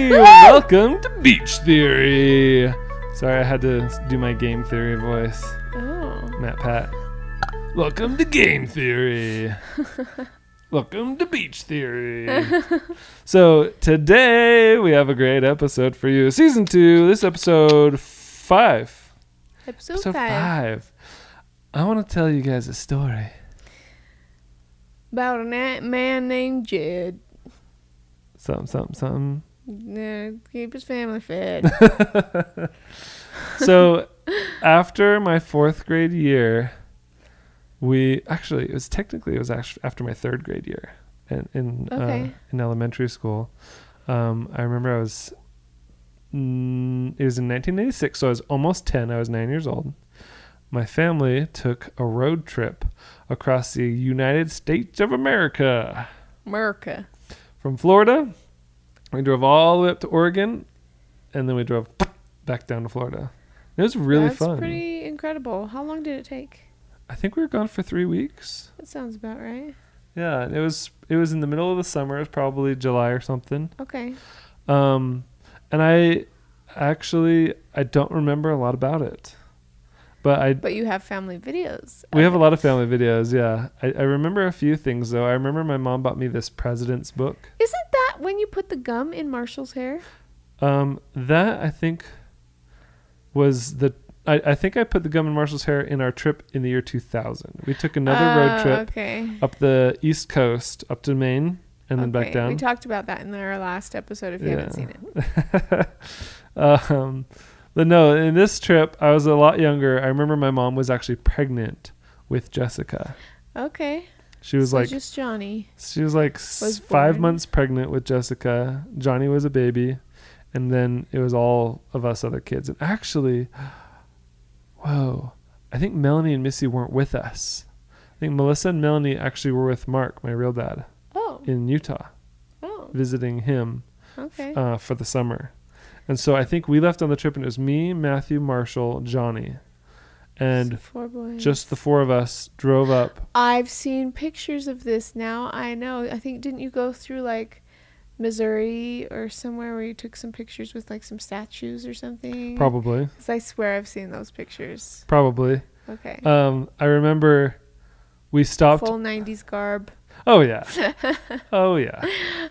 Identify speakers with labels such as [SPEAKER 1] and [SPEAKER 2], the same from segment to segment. [SPEAKER 1] Welcome to Beach Theory. Sorry, I had to do my game theory voice.
[SPEAKER 2] Oh.
[SPEAKER 1] Matt Pat. Welcome to Game Theory. Welcome to Beach Theory. so, today we have a great episode for you. Season 2, this episode 5.
[SPEAKER 2] Episode,
[SPEAKER 1] Episode
[SPEAKER 2] five.
[SPEAKER 1] 5. I want to tell you guys a story.
[SPEAKER 2] About a na- man named Jed.
[SPEAKER 1] Something, something, something.
[SPEAKER 2] Yeah, keep his family fed.
[SPEAKER 1] so after my fourth grade year, we actually it was technically it was act- after my third grade year in in, uh,
[SPEAKER 2] Okay.
[SPEAKER 1] in elementary school. Um, I remember I was mm, it was in 1986, so I was almost 10. I was nine years old. My family took a road trip across the United States of America
[SPEAKER 2] America.
[SPEAKER 1] from Florida. We drove all the way up to Oregon, and then we drove back down to Florida. It was really
[SPEAKER 2] That's
[SPEAKER 1] fun.
[SPEAKER 2] pretty incredible. How long did it take?
[SPEAKER 1] I think we were gone for three weeks.
[SPEAKER 2] That sounds about right.
[SPEAKER 1] Yeah, and it was it was in the middle of the summer. It was probably July or something.
[SPEAKER 2] Okay.
[SPEAKER 1] Um, and I actually I don't remember a lot about it, but I
[SPEAKER 2] But you have family videos.
[SPEAKER 1] we have a
[SPEAKER 2] it.
[SPEAKER 1] lot of family videos. Yeah, I, I remember a few things though. I remember my mom bought me this president's book.
[SPEAKER 2] Isn't that when you put the gum in Marshall's hair?
[SPEAKER 1] Um, that I think was the I, I think I put the gum in Marshall's hair in our trip in the year 2000. We took another road
[SPEAKER 2] Oh,
[SPEAKER 1] trip
[SPEAKER 2] Okay.
[SPEAKER 1] up the East Coast, up to Maine, and then back
[SPEAKER 2] Okay,
[SPEAKER 1] down.
[SPEAKER 2] We talked about that in our last episode if you haven't seen it.
[SPEAKER 1] um, but no, in this trip, I was a lot younger. I remember my mom was actually pregnant with Jessica.
[SPEAKER 2] Okay.
[SPEAKER 1] She was
[SPEAKER 2] so
[SPEAKER 1] like
[SPEAKER 2] just Johnny.
[SPEAKER 1] she was like s-
[SPEAKER 2] was
[SPEAKER 1] five
[SPEAKER 2] born.
[SPEAKER 1] months pregnant with Jessica. Johnny was a baby, and then it was all of us other kids. And actually, whoa, I think Melanie and Missy weren't with us. I think Melissa and Melanie actually were with Mark, my real dad,
[SPEAKER 2] Oh.
[SPEAKER 1] in Utah,
[SPEAKER 2] Oh.
[SPEAKER 1] visiting him
[SPEAKER 2] Okay.
[SPEAKER 1] uh, for the summer. And so I think we left on the trip, and it was me, Matthew, Marshall, Johnny, and
[SPEAKER 2] Four boys.
[SPEAKER 1] just the four of us drove up.
[SPEAKER 2] I've seen pictures of this now. I know. I think didn't you go through like Missouri or somewhere where you took some pictures with like some statues or something?
[SPEAKER 1] Probably,
[SPEAKER 2] 'Cause I swear I've seen those pictures.
[SPEAKER 1] probably.
[SPEAKER 2] Okay.
[SPEAKER 1] Um, I remember we stopped.
[SPEAKER 2] Full 90s garb.
[SPEAKER 1] Oh yeah, oh yeah.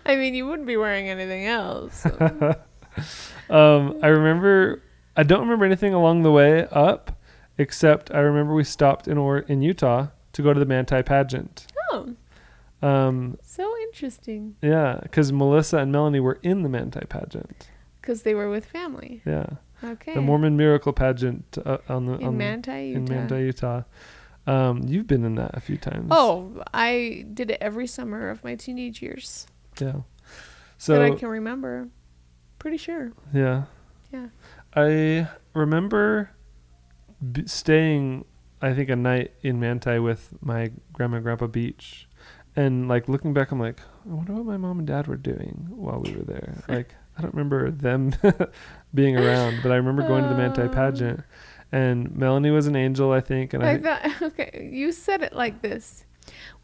[SPEAKER 2] I mean, you wouldn't be wearing anything else.
[SPEAKER 1] Um, I remember. I don't remember anything along the way up, except I remember we stopped in or in Utah to go to the Manti pageant.
[SPEAKER 2] oh,
[SPEAKER 1] Um,
[SPEAKER 2] so interesting.
[SPEAKER 1] yeah, because Melissa and Melanie were in the Manti pageant.
[SPEAKER 2] Because they were with family.
[SPEAKER 1] Yeah.
[SPEAKER 2] Okay.
[SPEAKER 1] the Mormon Miracle pageant uh, on the on
[SPEAKER 2] in
[SPEAKER 1] the-
[SPEAKER 2] Manti, Utah.
[SPEAKER 1] in Manti, Utah. Um, you've been in that a few times.
[SPEAKER 2] Oh, I did it every summer of my teenage years
[SPEAKER 1] yeah.
[SPEAKER 2] that I
[SPEAKER 1] So
[SPEAKER 2] can remember. Pretty sure.
[SPEAKER 1] yeah,
[SPEAKER 2] Yeah.
[SPEAKER 1] I remember b- staying, I think, a night in Manti with my grandma and grandpa Beach, and like looking back, I'm like, I wonder what my mom and dad were doing while we were there. like, I don't remember them being around, but I remember going to the Manti
[SPEAKER 2] Oh.
[SPEAKER 1] pageant, and Melanie was an angel, I think, and I,
[SPEAKER 2] I thought, okay, you said it like this.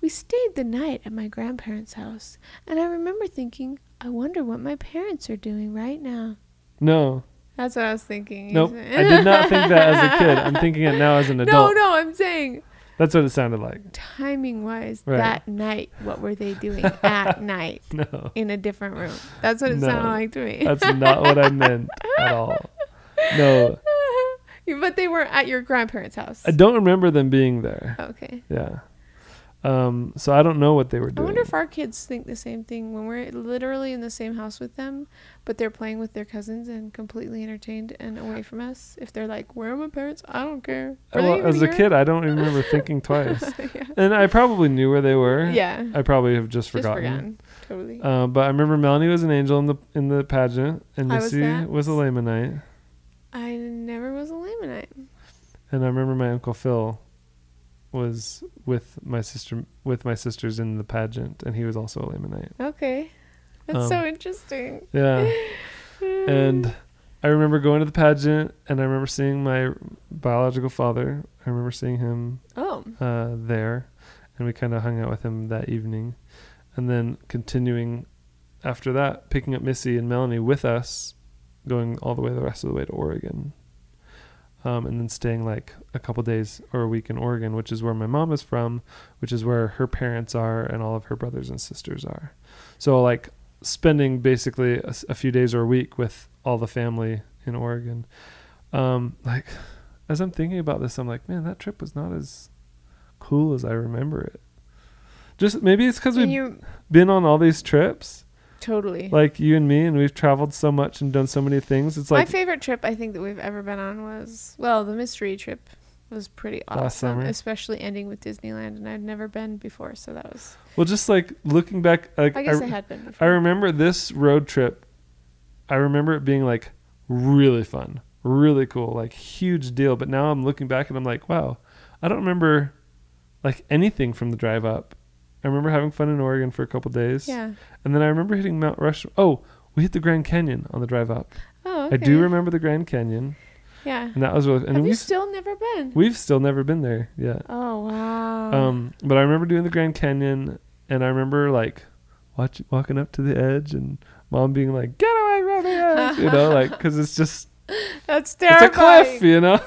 [SPEAKER 2] We stayed the night at my grandparents' house, and I remember thinking, I wonder what my parents are doing right now.
[SPEAKER 1] no,
[SPEAKER 2] That's what I was thinking. You
[SPEAKER 1] Nope.
[SPEAKER 2] said-
[SPEAKER 1] I did not think that as a kid. I'm thinking it now as an
[SPEAKER 2] no,
[SPEAKER 1] adult.
[SPEAKER 2] no, I'm saying
[SPEAKER 1] That's what it sounded like.
[SPEAKER 2] timing wise,
[SPEAKER 1] Right.
[SPEAKER 2] that night, what were they doing at night
[SPEAKER 1] No.
[SPEAKER 2] in a different room? That's what it
[SPEAKER 1] No.
[SPEAKER 2] sounded like to me.
[SPEAKER 1] That's not what I meant at all. No.
[SPEAKER 2] but they weren't at your grandparents' house.
[SPEAKER 1] I don't remember them being there.
[SPEAKER 2] okay.
[SPEAKER 1] Yeah. Um, so I don't know what they were
[SPEAKER 2] I
[SPEAKER 1] doing.
[SPEAKER 2] wonder if our kids think the same thing when we're literally in the same house with them, but they're playing with their cousins and completely entertained and away from us. If they're like, "Where are my parents? I don't care." Were they
[SPEAKER 1] well,
[SPEAKER 2] even
[SPEAKER 1] as a
[SPEAKER 2] here?
[SPEAKER 1] kid, I don't remember thinking twice.
[SPEAKER 2] yeah,
[SPEAKER 1] And I probably knew where they were.
[SPEAKER 2] yeah, just
[SPEAKER 1] I probably have just
[SPEAKER 2] forgotten,
[SPEAKER 1] forgotten.
[SPEAKER 2] totally.
[SPEAKER 1] Uh, but I remember Melanie was an angel in the in the pageant, and
[SPEAKER 2] I was
[SPEAKER 1] Missy
[SPEAKER 2] that.
[SPEAKER 1] was a Lamanite,
[SPEAKER 2] I never was a Lamanite.
[SPEAKER 1] and I remember my uncle Phil was with my sister with my sisters in the pageant, and he was also a Lamanite.
[SPEAKER 2] Okay, that's
[SPEAKER 1] Um,
[SPEAKER 2] so interesting.
[SPEAKER 1] Yeah. and I remember going to the pageant and I remember seeing my biological father. I remember seeing him
[SPEAKER 2] Oh,
[SPEAKER 1] uh, there and we kind of hung out with him that evening. And then continuing after that, picking up Missy and Melanie with us going all the way the rest of the way to Oregon, um, and then staying like a couple days or a week in Oregon, which is where my mom is from, which is where her parents are and all of her brothers and sisters are. So like spending basically a, s- a few days or a week with all the family in Oregon. Um, like as I'm thinking about this, I'm like, man, that trip was not as cool as I remember it. Just maybe it's because
[SPEAKER 2] And
[SPEAKER 1] we've
[SPEAKER 2] you
[SPEAKER 1] been on all these trips
[SPEAKER 2] totally.
[SPEAKER 1] like you and me and we've traveled so much and done so many things it's
[SPEAKER 2] My
[SPEAKER 1] like
[SPEAKER 2] favorite trip I think that we've ever been on was well, the mystery trip was pretty
[SPEAKER 1] Last
[SPEAKER 2] awesome,
[SPEAKER 1] summer.
[SPEAKER 2] especially ending with Disneyland, and I'd never been before, so that was.
[SPEAKER 1] well just like looking back like
[SPEAKER 2] I
[SPEAKER 1] I,
[SPEAKER 2] guess I, had been
[SPEAKER 1] I
[SPEAKER 2] before.
[SPEAKER 1] remember this road trip i remember it being like really fun really cool like huge deal but now i'm looking back and i'm like wow i don't remember like anything from the drive up i remember having fun in oregon for a couple days
[SPEAKER 2] yeah.
[SPEAKER 1] and then i remember hitting mount rushmore oh we hit the grand canyon on the drive up
[SPEAKER 2] Oh, okay.
[SPEAKER 1] i do remember the grand canyon
[SPEAKER 2] Yeah.
[SPEAKER 1] and that was really and
[SPEAKER 2] Have you
[SPEAKER 1] we've,
[SPEAKER 2] still never been?
[SPEAKER 1] we've still never been there yet
[SPEAKER 2] oh wow.
[SPEAKER 1] Um, but I remember doing the Grand Canyon, and I remember like watch, walking up to the edge, and mom being like, "Get away from the edge," you know, like because it's just
[SPEAKER 2] That's
[SPEAKER 1] it's a
[SPEAKER 2] terrifying.
[SPEAKER 1] cliff, you know.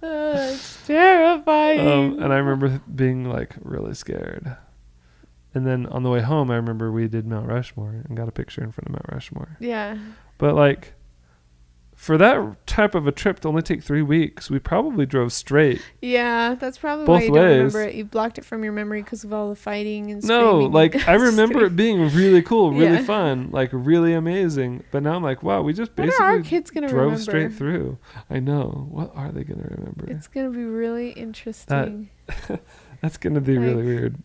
[SPEAKER 2] That's terrifying.
[SPEAKER 1] Um, and I remember being like really scared. And then on the way home, I remember we did Mount Rushmore and got a picture in front of Mount Rushmore.
[SPEAKER 2] Yeah.
[SPEAKER 1] But like, for that type of a trip to only take three weeks, we probably drove straight.
[SPEAKER 2] Yeah, that's probably why
[SPEAKER 1] Both
[SPEAKER 2] you don't remember
[SPEAKER 1] ways.
[SPEAKER 2] it. You blocked it from your memory because of all the fighting and
[SPEAKER 1] No,
[SPEAKER 2] screaming.
[SPEAKER 1] like I remember it being really cool, really
[SPEAKER 2] Yeah.
[SPEAKER 1] fun, like really amazing. But now I'm like, wow, we just
[SPEAKER 2] What are our
[SPEAKER 1] basically
[SPEAKER 2] kids gonna
[SPEAKER 1] drove
[SPEAKER 2] remember?
[SPEAKER 1] straight through. I know. What are they gonna remember?
[SPEAKER 2] It's gonna be really interesting.
[SPEAKER 1] That's gonna be
[SPEAKER 2] like-
[SPEAKER 1] really weird.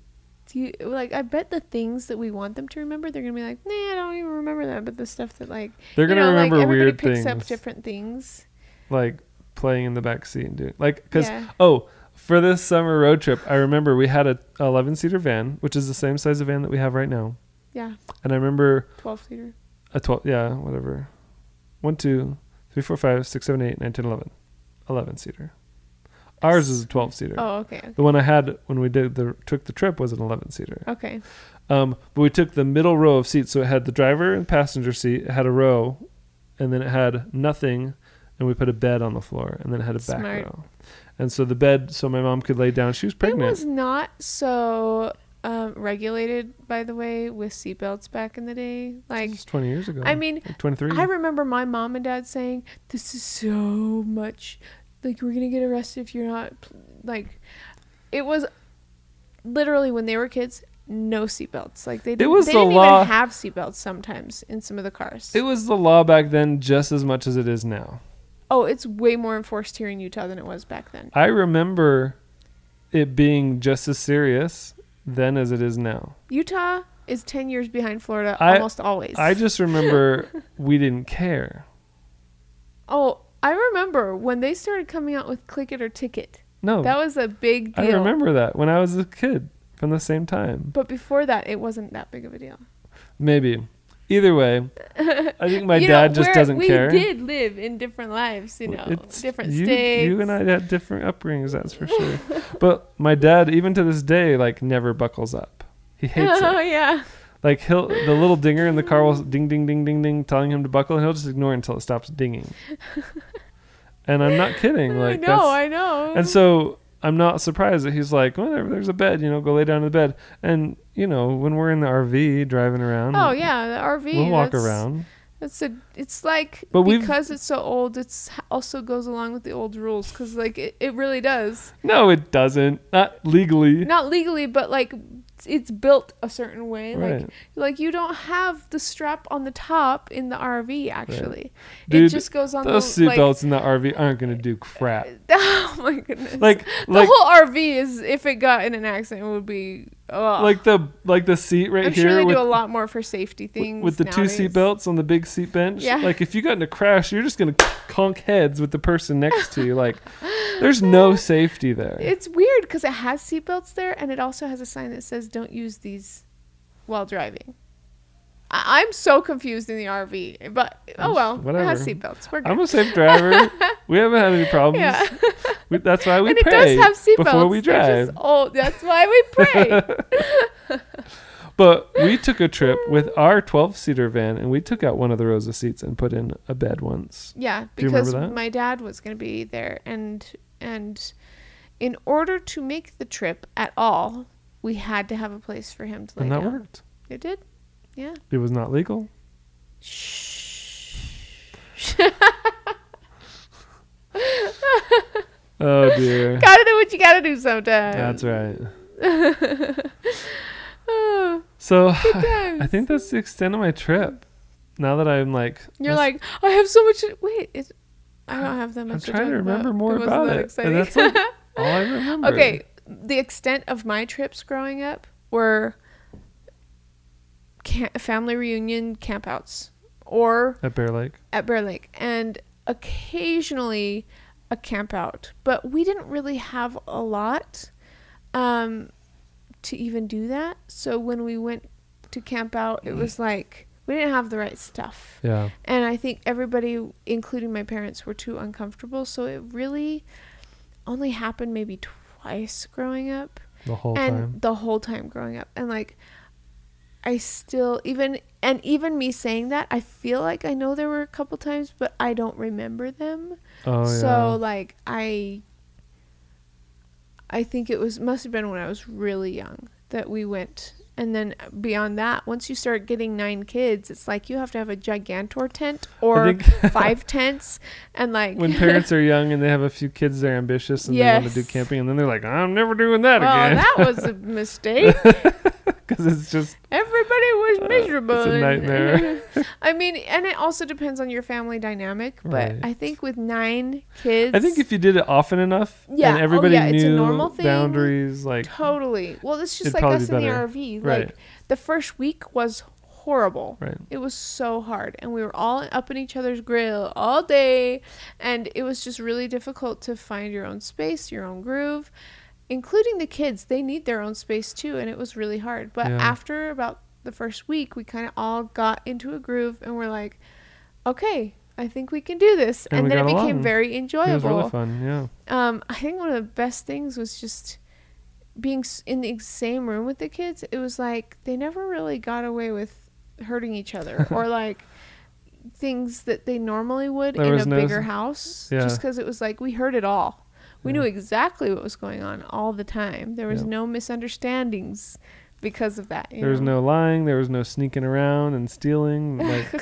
[SPEAKER 2] Do you like? I bet the things that we want them to remember, they're gonna be like, Nah, I don't even remember that. But the stuff that like
[SPEAKER 1] They're
[SPEAKER 2] you
[SPEAKER 1] gonna
[SPEAKER 2] know,
[SPEAKER 1] remember
[SPEAKER 2] like, everybody
[SPEAKER 1] weird
[SPEAKER 2] picks
[SPEAKER 1] things,
[SPEAKER 2] up different things.
[SPEAKER 1] like playing in the back seat and doing like because
[SPEAKER 2] Yeah.
[SPEAKER 1] oh. For this summer road trip, I remember we had a 11 seater van, which is the same size of van that we have right now.
[SPEAKER 2] Yeah,
[SPEAKER 1] And I remember
[SPEAKER 2] twelve seater.
[SPEAKER 1] a 12 yeah whatever one two three four five six seven eight nine ten eleven eleven seater ours is a 12 seater
[SPEAKER 2] Oh, okay, okay,
[SPEAKER 1] the one i had when we did the took the trip was an 11 seater
[SPEAKER 2] okay.
[SPEAKER 1] um but we took the middle row of seats so it had the driver and passenger seat it had a row and then it had nothing and we put a bed on the floor and then it had a back
[SPEAKER 2] Smart.
[SPEAKER 1] row and so the bed so my mom could lay down she was
[SPEAKER 2] It
[SPEAKER 1] pregnant
[SPEAKER 2] was not so um, regulated, by the way, with seatbelts back in the day. Like,
[SPEAKER 1] This was 20 years ago
[SPEAKER 2] I mean,
[SPEAKER 1] Like 23
[SPEAKER 2] I remember my mom and dad saying, "This is so much. Like we're gonna get arrested if you're not pl- like." It was literally when they were kids, no seatbelts. Like they didn't,
[SPEAKER 1] was
[SPEAKER 2] they
[SPEAKER 1] the
[SPEAKER 2] didn't
[SPEAKER 1] law-
[SPEAKER 2] even have seatbelts sometimes in some of the cars.
[SPEAKER 1] it was the law back then just as much as it is now
[SPEAKER 2] oh, it's way more enforced here in Utah than it was back then.
[SPEAKER 1] I remember it being just as serious then as it is now.
[SPEAKER 2] Utah is ten years behind Florida
[SPEAKER 1] I-
[SPEAKER 2] almost always.
[SPEAKER 1] I just remember we didn't care.
[SPEAKER 2] oh, I remember when they started coming out with click it or ticket.
[SPEAKER 1] No,
[SPEAKER 2] That was a big deal.
[SPEAKER 1] Oh. I remember that when I was a kid from the same time.
[SPEAKER 2] But before that, it wasn't that big of a deal.
[SPEAKER 1] Maybe. Either way, I think my
[SPEAKER 2] You know,
[SPEAKER 1] dad just
[SPEAKER 2] we're-
[SPEAKER 1] doesn't care.
[SPEAKER 2] We did live in different lives, you know,
[SPEAKER 1] It's-
[SPEAKER 2] different
[SPEAKER 1] you,
[SPEAKER 2] states.
[SPEAKER 1] You and I had different upbringings, that's for sure. but my dad, even to this day, like never buckles up. He hates it.
[SPEAKER 2] Oh yeah,
[SPEAKER 1] Like he'll the little dinger in the car will ding ding ding ding ding telling him to buckle and he'll just ignore it until it stops dinging. and I'm not kidding. Like
[SPEAKER 2] I know,
[SPEAKER 1] that's-
[SPEAKER 2] I know.
[SPEAKER 1] and so I'm not surprised that he's like, well, there, there's a bed, you know, go lay down in the bed. And you know, when we're in the RV driving around,
[SPEAKER 2] oh yeah, the RV.
[SPEAKER 1] um, we'll walk
[SPEAKER 2] that's-
[SPEAKER 1] around.
[SPEAKER 2] That's a. It's like
[SPEAKER 1] But we've-
[SPEAKER 2] because it's so old, it's h- also goes along with the old rules because like it, it really does.
[SPEAKER 1] No, it doesn't. Not legally.
[SPEAKER 2] Not legally, but like it's built a certain way.
[SPEAKER 1] right.
[SPEAKER 2] Like like you don't have the strap on the top in the RV. Actually, it
[SPEAKER 1] Dude,
[SPEAKER 2] just goes on
[SPEAKER 1] Those
[SPEAKER 2] the like,
[SPEAKER 1] seatbelts in the RV aren't gonna do crap.
[SPEAKER 2] Oh my goodness.
[SPEAKER 1] Like like
[SPEAKER 2] the whole RV is if it got in an accident it would be oh.
[SPEAKER 1] like the like the seat right
[SPEAKER 2] I'm
[SPEAKER 1] here
[SPEAKER 2] sure they
[SPEAKER 1] with
[SPEAKER 2] do a lot more for safety
[SPEAKER 1] w-
[SPEAKER 2] things
[SPEAKER 1] with the
[SPEAKER 2] Mm, nowadays.
[SPEAKER 1] two seat belts on the big seat bench.
[SPEAKER 2] Yeah.
[SPEAKER 1] Like if you got in a crash, you're just gonna conk heads with the person next to you. Like there's no safety there.
[SPEAKER 2] It's weird because it has seatbelts there and it also has a sign that says don't use these while driving. I- I'm so confused in the RV, but oh well, it has
[SPEAKER 1] Whatever.
[SPEAKER 2] seatbelts. We're good.
[SPEAKER 1] I'm a safe driver. we haven't had any problems.
[SPEAKER 2] yeah,
[SPEAKER 1] We, that's why we
[SPEAKER 2] and it
[SPEAKER 1] pray
[SPEAKER 2] does have seatbelts
[SPEAKER 1] before we
[SPEAKER 2] They're
[SPEAKER 1] drive.
[SPEAKER 2] Just, oh, that's why we pray.
[SPEAKER 1] But we took a trip with our 12 seater van and we took out one of the rows of seats and put in a bed once.
[SPEAKER 2] Yeah,
[SPEAKER 1] Do you remember
[SPEAKER 2] because
[SPEAKER 1] that?
[SPEAKER 2] my dad was going to be there, and and in order to make the trip at all, we had to have a place for him to lay
[SPEAKER 1] and that
[SPEAKER 2] down.
[SPEAKER 1] worked.
[SPEAKER 2] It did. Yeah.
[SPEAKER 1] It was not legal.
[SPEAKER 2] Shh.
[SPEAKER 1] Oh, dear.
[SPEAKER 2] gotta do what you gotta do sometimes.
[SPEAKER 1] That's right.
[SPEAKER 2] Oh,
[SPEAKER 1] So
[SPEAKER 2] good
[SPEAKER 1] I,
[SPEAKER 2] times.
[SPEAKER 1] I think that's the extent of my trip. Now that I'm like,
[SPEAKER 2] You're
[SPEAKER 1] that's-
[SPEAKER 2] like, I have so much. To, wait, it's, I don't have that much.
[SPEAKER 1] I'm
[SPEAKER 2] to
[SPEAKER 1] trying to
[SPEAKER 2] talk about.
[SPEAKER 1] remember more
[SPEAKER 2] wasn't
[SPEAKER 1] about
[SPEAKER 2] that
[SPEAKER 1] it.
[SPEAKER 2] exciting.
[SPEAKER 1] And that's like all I remember.
[SPEAKER 2] okay, the extent of my trips growing up were ca- family reunion campouts or
[SPEAKER 1] At Bear Lake.
[SPEAKER 2] at Bear Lake and occasionally a camp out, but we didn't really have a lot um, to even do that. So when we went to camp out, it was like we didn't have the right stuff.
[SPEAKER 1] Yeah.
[SPEAKER 2] And I think everybody, including my parents, were too uncomfortable. So it really only happened maybe twice growing up
[SPEAKER 1] The whole
[SPEAKER 2] and
[SPEAKER 1] time.
[SPEAKER 2] the whole time growing up and like i still even and even me saying that i feel like i know there were a couple times but i don't remember them
[SPEAKER 1] Oh,
[SPEAKER 2] so
[SPEAKER 1] yeah.
[SPEAKER 2] like i i think it was must have been when i was really young that we went and then beyond that once you start getting nine kids it's like you have to have a gigantor tent or
[SPEAKER 1] think-
[SPEAKER 2] five tents and like
[SPEAKER 1] when parents are young and they have a few kids, they're ambitious and they want to do
[SPEAKER 2] Yes.
[SPEAKER 1] camping, and then they're like, "I'm never doing that
[SPEAKER 2] well
[SPEAKER 1] again,"
[SPEAKER 2] that was a mistake
[SPEAKER 1] because it's just
[SPEAKER 2] Everybody was miserable.
[SPEAKER 1] it's a
[SPEAKER 2] and-
[SPEAKER 1] nightmare.
[SPEAKER 2] I mean, and it also depends on your family dynamic, but
[SPEAKER 1] Right.
[SPEAKER 2] I think with nine kids,
[SPEAKER 1] I think if you did it often enough,
[SPEAKER 2] Yeah. Oh,
[SPEAKER 1] and everybody
[SPEAKER 2] yeah, it's a
[SPEAKER 1] knew
[SPEAKER 2] normal thing.
[SPEAKER 1] boundaries, like
[SPEAKER 2] totally. Well, it's just
[SPEAKER 1] It'd
[SPEAKER 2] like
[SPEAKER 1] probably
[SPEAKER 2] us
[SPEAKER 1] be
[SPEAKER 2] in the
[SPEAKER 1] better.
[SPEAKER 2] RV.
[SPEAKER 1] Right.
[SPEAKER 2] Like the first week was horrible.
[SPEAKER 1] right,
[SPEAKER 2] It was so hard, and we were all up in each other's grill all day, and it was just really difficult to find your own space, your own groove, including the kids. They need their own space too, and it was really hard. But
[SPEAKER 1] Yeah.
[SPEAKER 2] after about the first week, we kind of all got into a groove, and we're like, okay. I think we can do this,
[SPEAKER 1] And
[SPEAKER 2] and,
[SPEAKER 1] we
[SPEAKER 2] then it
[SPEAKER 1] got
[SPEAKER 2] became
[SPEAKER 1] along.
[SPEAKER 2] very
[SPEAKER 1] it was
[SPEAKER 2] enjoyable
[SPEAKER 1] really fun. Yeah,
[SPEAKER 2] um, I think one of the best things was just being s- in the same room with the kids. It was like they never really got away with hurting each other or like things that they normally would
[SPEAKER 1] There
[SPEAKER 2] in
[SPEAKER 1] was
[SPEAKER 2] a
[SPEAKER 1] no s-
[SPEAKER 2] bigger house.
[SPEAKER 1] Yeah.
[SPEAKER 2] Just because it was like we heard it all. We
[SPEAKER 1] Yeah.
[SPEAKER 2] knew exactly what was going on all the time. There was
[SPEAKER 1] Yeah.
[SPEAKER 2] no misunderstandings because of that. you
[SPEAKER 1] there was
[SPEAKER 2] know?
[SPEAKER 1] no lying, there was no sneaking around and stealing, like,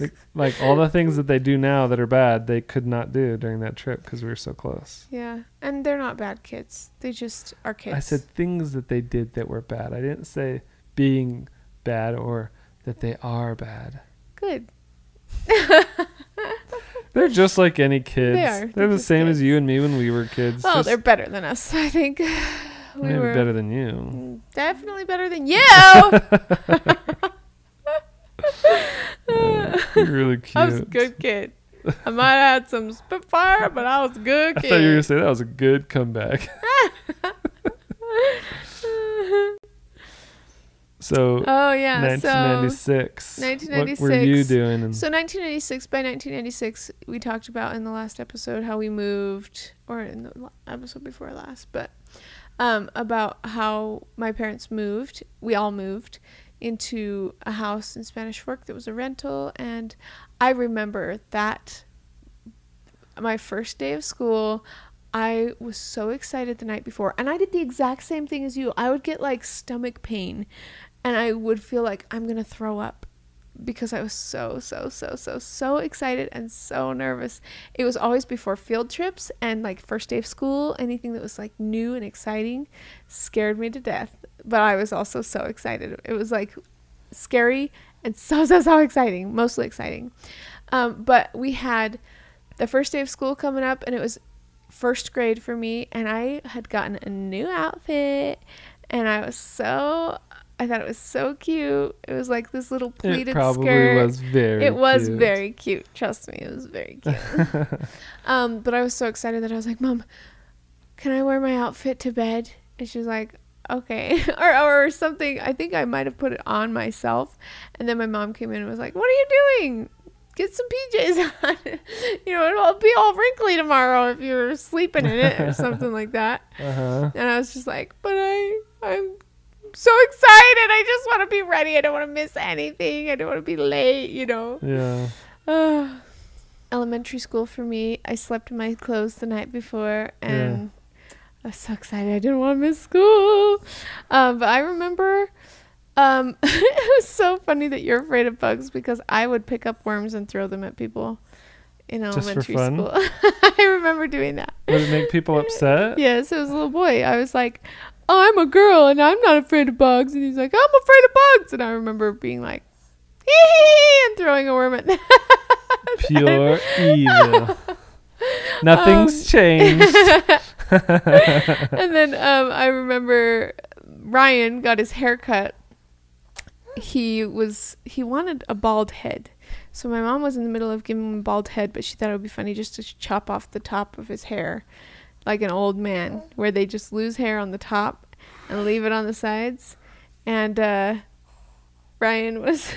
[SPEAKER 1] like like all the things that they do now that are bad, they could not do during that trip because we were so close.
[SPEAKER 2] Yeah, and they're not bad kids. They just are kids.
[SPEAKER 1] I said things that they did that were bad. I didn't say being bad or that they are bad.
[SPEAKER 2] good.
[SPEAKER 1] They're just like any kids.
[SPEAKER 2] They are.
[SPEAKER 1] They're,
[SPEAKER 2] They're
[SPEAKER 1] the
[SPEAKER 2] just
[SPEAKER 1] same as
[SPEAKER 2] kids.
[SPEAKER 1] you and me when we were kids.
[SPEAKER 2] Well,
[SPEAKER 1] just
[SPEAKER 2] they're better than us. I think we
[SPEAKER 1] maybe
[SPEAKER 2] were
[SPEAKER 1] better than you.
[SPEAKER 2] Mm, Definitely better than you. I
[SPEAKER 1] Uh, You're really cute.
[SPEAKER 2] was a good kid. I might have had some spitfire, but I was a good
[SPEAKER 1] I
[SPEAKER 2] kid.
[SPEAKER 1] thought you were gonna say that was a good comeback. so
[SPEAKER 2] oh yeah. So
[SPEAKER 1] 1996. What were
[SPEAKER 2] 1996.
[SPEAKER 1] you doing? in-
[SPEAKER 2] so 1996. By 1996, we talked about in the last episode how we moved, or in the la- episode before last, but um, about how my parents moved. We all moved into a house in Spanish Fork that was a rental, and I remember that my first day of school. I was so excited the night before, and I did the exact same thing as you. I would get like stomach pain, and I would feel like I'm gonna throw up because I was so, so, so, so, so excited and so nervous. It was always before field trips and like first day of school, anything that was like new and exciting scared me to death. But I was also so excited. It was like scary and so, so, so exciting, mostly exciting. Um, but we had the first day of school coming up, and it was first grade for me, and I had gotten a new outfit, and I was so. I thought it was so cute. It was like this little pleated
[SPEAKER 1] it probably
[SPEAKER 2] skirt.
[SPEAKER 1] was very.
[SPEAKER 2] it was
[SPEAKER 1] cute.
[SPEAKER 2] very cute. Trust me, it was very cute. um, but I was so excited that I was like, "Mom, can I wear my outfit to bed?" And she was like, "Okay," or or something. I think I might have put it on myself, and then my mom came in and was like, "What are you doing? Get some PJs on. you know, it'll be all wrinkly tomorrow if you're sleeping in it or something like that."
[SPEAKER 1] Uh huh.
[SPEAKER 2] And I was just like, "But I, I'm." so excited. I just want to be ready. I don't want to miss anything. I don't want to be late, you know.
[SPEAKER 1] Yeah.
[SPEAKER 2] Ugh. Elementary school for me, I slept in my clothes the night before and I was so excited. I didn't want to miss school. Um, but I remember um, it was so funny that you're afraid of bugs because I would pick up worms and throw them at people in
[SPEAKER 1] Just for
[SPEAKER 2] elementary
[SPEAKER 1] fun?
[SPEAKER 2] school. I remember doing that.
[SPEAKER 1] Would it make people upset?
[SPEAKER 2] Yes, it was a little boy. I was like, "Oh, I'm a girl and I'm not afraid of bugs." And he's like, "I'm afraid of bugs." And I remember being like, "Hee!" and throwing a worm at.
[SPEAKER 1] Pure evil. Nothing's
[SPEAKER 2] Oh,
[SPEAKER 1] changed.
[SPEAKER 2] and then um, I remember Ryan got his hair cut. He was he wanted a bald head. So my mom was in the middle of giving him a bald head, but she thought it would be funny just to chop off the top of his hair like an old man, where they just lose hair on the top and leave it on the sides. And uh, Ryan was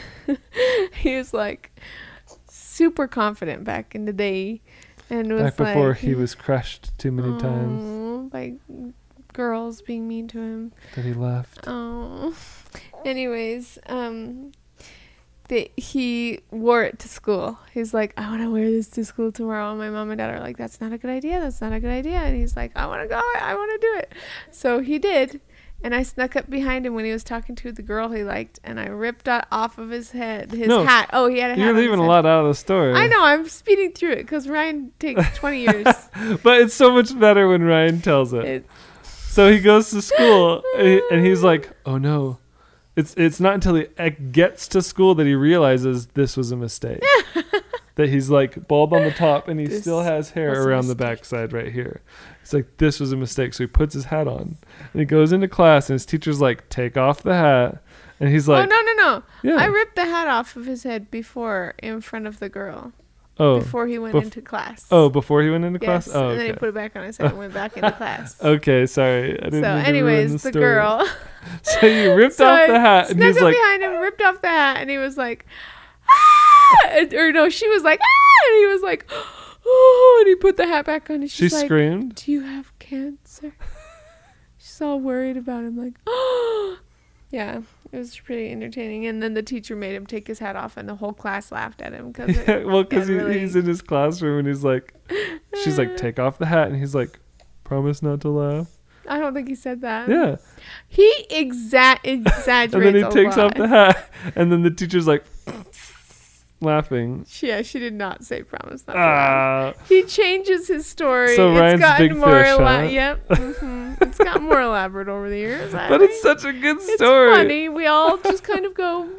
[SPEAKER 2] he was like super confident back in the day and was
[SPEAKER 1] Back before
[SPEAKER 2] like, "Mm."
[SPEAKER 1] he was crushed too many times
[SPEAKER 2] Aw, By girls being mean to him.
[SPEAKER 1] that he left.
[SPEAKER 2] Oh. Anyways, um, that he wore it to school. He's like, I want to wear this to school tomorrow. And my mom and dad are like, that's not a good idea. That's not a good idea. And he's like, I want to go. I want to do it. So he did. And I snuck up behind him when he was talking to the girl he liked, and I ripped it off of his head, his
[SPEAKER 1] No,
[SPEAKER 2] hat. Oh, he had a hat.
[SPEAKER 1] You're
[SPEAKER 2] on his
[SPEAKER 1] leaving a
[SPEAKER 2] head.
[SPEAKER 1] lot out of the story.
[SPEAKER 2] I know. I'm speeding through it because Ryan takes 20 years.
[SPEAKER 1] But it's so much better when Ryan tells it.
[SPEAKER 2] It-
[SPEAKER 1] So he goes to school a- and he's like, "Oh no." It's it's not until he e- gets to school that he realizes this was a mistake. that he's like bald on the top and he
[SPEAKER 2] This
[SPEAKER 1] still has
[SPEAKER 2] was
[SPEAKER 1] hair
[SPEAKER 2] a
[SPEAKER 1] around the
[SPEAKER 2] mistake.
[SPEAKER 1] backside right here. It's like this was a mistake. So he puts his hat on and he goes into class and his teacher's like, "Take off the hat." And he's like,
[SPEAKER 2] oh, no, no, no.
[SPEAKER 1] "Yeah."
[SPEAKER 2] I ripped the hat off of his head before in front of the girl
[SPEAKER 1] oh.
[SPEAKER 2] before he went
[SPEAKER 1] Bef-
[SPEAKER 2] into class.
[SPEAKER 1] oh, before he went into
[SPEAKER 2] yes.
[SPEAKER 1] class. Oh,
[SPEAKER 2] and then
[SPEAKER 1] okay.
[SPEAKER 2] he put it back on his head and went back into class.
[SPEAKER 1] okay, sorry. I didn't
[SPEAKER 2] so,
[SPEAKER 1] mean to ruin
[SPEAKER 2] anyways, the,
[SPEAKER 1] story.
[SPEAKER 2] girl
[SPEAKER 1] So you ripped
[SPEAKER 2] so I
[SPEAKER 1] off the hat and
[SPEAKER 2] snuck
[SPEAKER 1] he's
[SPEAKER 2] up
[SPEAKER 1] like,
[SPEAKER 2] behind him, ripped off the hat, and he was like, ah! And- or no, she was like, ah! and he was like, oh, and he put the hat back on. And
[SPEAKER 1] she
[SPEAKER 2] she's like,
[SPEAKER 1] screamed.
[SPEAKER 2] "Do you have cancer?" she's all worried about him, like, oh, yeah. It was pretty entertaining, and then the teacher made him take his hat off, and the whole class laughed at him because
[SPEAKER 1] Yeah, well, because
[SPEAKER 2] Yeah,
[SPEAKER 1] he,
[SPEAKER 2] really.
[SPEAKER 1] he's in his classroom and he's like, she's like, take off the hat, and he's like, promise not to laugh.
[SPEAKER 2] I don't think he said that.
[SPEAKER 1] Yeah,
[SPEAKER 2] He exa- exaggerates.
[SPEAKER 1] and then he
[SPEAKER 2] a
[SPEAKER 1] takes off
[SPEAKER 2] lot.
[SPEAKER 1] the hat, and then the teacher's like, laughing.
[SPEAKER 2] She- Yeah, she did not say promise not to laugh.
[SPEAKER 1] Ah,
[SPEAKER 2] He changes his story.
[SPEAKER 1] So
[SPEAKER 2] it's
[SPEAKER 1] Ryan's
[SPEAKER 2] gotten
[SPEAKER 1] big
[SPEAKER 2] more
[SPEAKER 1] fish, huh?
[SPEAKER 2] elaborate. Yep. hmm It's gotten more elaborate over the years. I
[SPEAKER 1] but it's
[SPEAKER 2] think.
[SPEAKER 1] such a good
[SPEAKER 2] It's
[SPEAKER 1] story.
[SPEAKER 2] funny. We all just kind of go,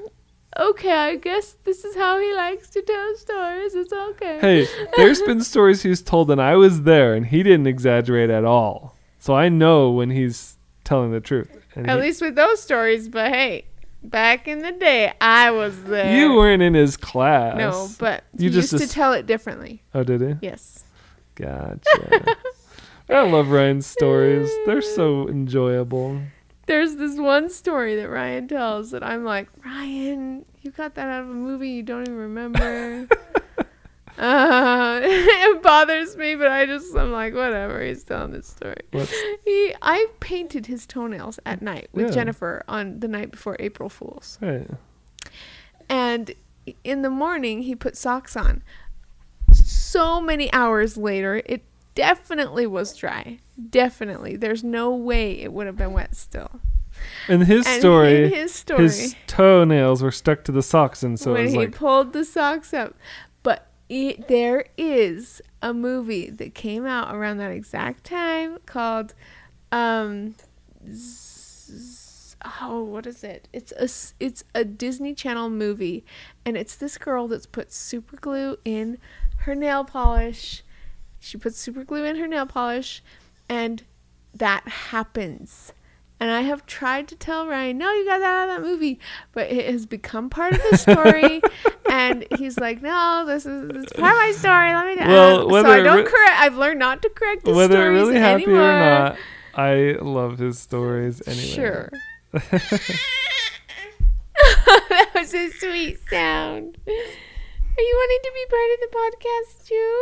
[SPEAKER 2] okay, I guess this is how he likes to tell stories. It's okay.
[SPEAKER 1] Hey, there's been stories he's told, and I was there, and he didn't exaggerate at all. So I know when he's telling the truth. And
[SPEAKER 2] At
[SPEAKER 1] he-
[SPEAKER 2] least with those stories, but hey, back in the day, I was there.
[SPEAKER 1] you weren't in his class.
[SPEAKER 2] No, but
[SPEAKER 1] You
[SPEAKER 2] you
[SPEAKER 1] just
[SPEAKER 2] used
[SPEAKER 1] ass-
[SPEAKER 2] to tell it differently.
[SPEAKER 1] oh, did he?
[SPEAKER 2] Yes.
[SPEAKER 1] Gotcha. I love Ryan's stories. They're so enjoyable.
[SPEAKER 2] there's this one story that Ryan tells that I'm like, Ryan, you got that out of a movie you don't even remember. uh, it bothers me, but I just I'm like, whatever. He's telling this story.
[SPEAKER 1] What's-
[SPEAKER 2] He, I painted his toenails at night with
[SPEAKER 1] Yeah.
[SPEAKER 2] Jennifer on the night before April Fools,
[SPEAKER 1] Right.
[SPEAKER 2] and in the morning he put socks on. So many hours later, it definitely was dry. Definitely, there's no way it would have been wet still.
[SPEAKER 1] In his
[SPEAKER 2] And
[SPEAKER 1] story,
[SPEAKER 2] in
[SPEAKER 1] his,
[SPEAKER 2] his story,
[SPEAKER 1] toenails were stuck to the socks, and so it
[SPEAKER 2] when
[SPEAKER 1] was
[SPEAKER 2] he
[SPEAKER 1] like,
[SPEAKER 2] pulled the socks up. But it, there is a movie that came out around that exact time called, um, Z- oh, what is it? It's a s- it's a Disney Channel movie, and it's this girl that's put super glue in her nail polish. She puts super glue in her nail polish, and that happens. And I have tried to tell Ryan, no, you got that out of that movie, but it has become part of the story. and he's like, no, this is it's part of my story. Let me know.
[SPEAKER 1] Well,
[SPEAKER 2] so I
[SPEAKER 1] whether it
[SPEAKER 2] don't
[SPEAKER 1] re-
[SPEAKER 2] correct. I've learned not to correct his
[SPEAKER 1] whether
[SPEAKER 2] stories
[SPEAKER 1] really happy
[SPEAKER 2] anymore.
[SPEAKER 1] or not, I love his stories anyway.
[SPEAKER 2] Sure. that was a sweet sound. Are you wanting to be part of the podcast too?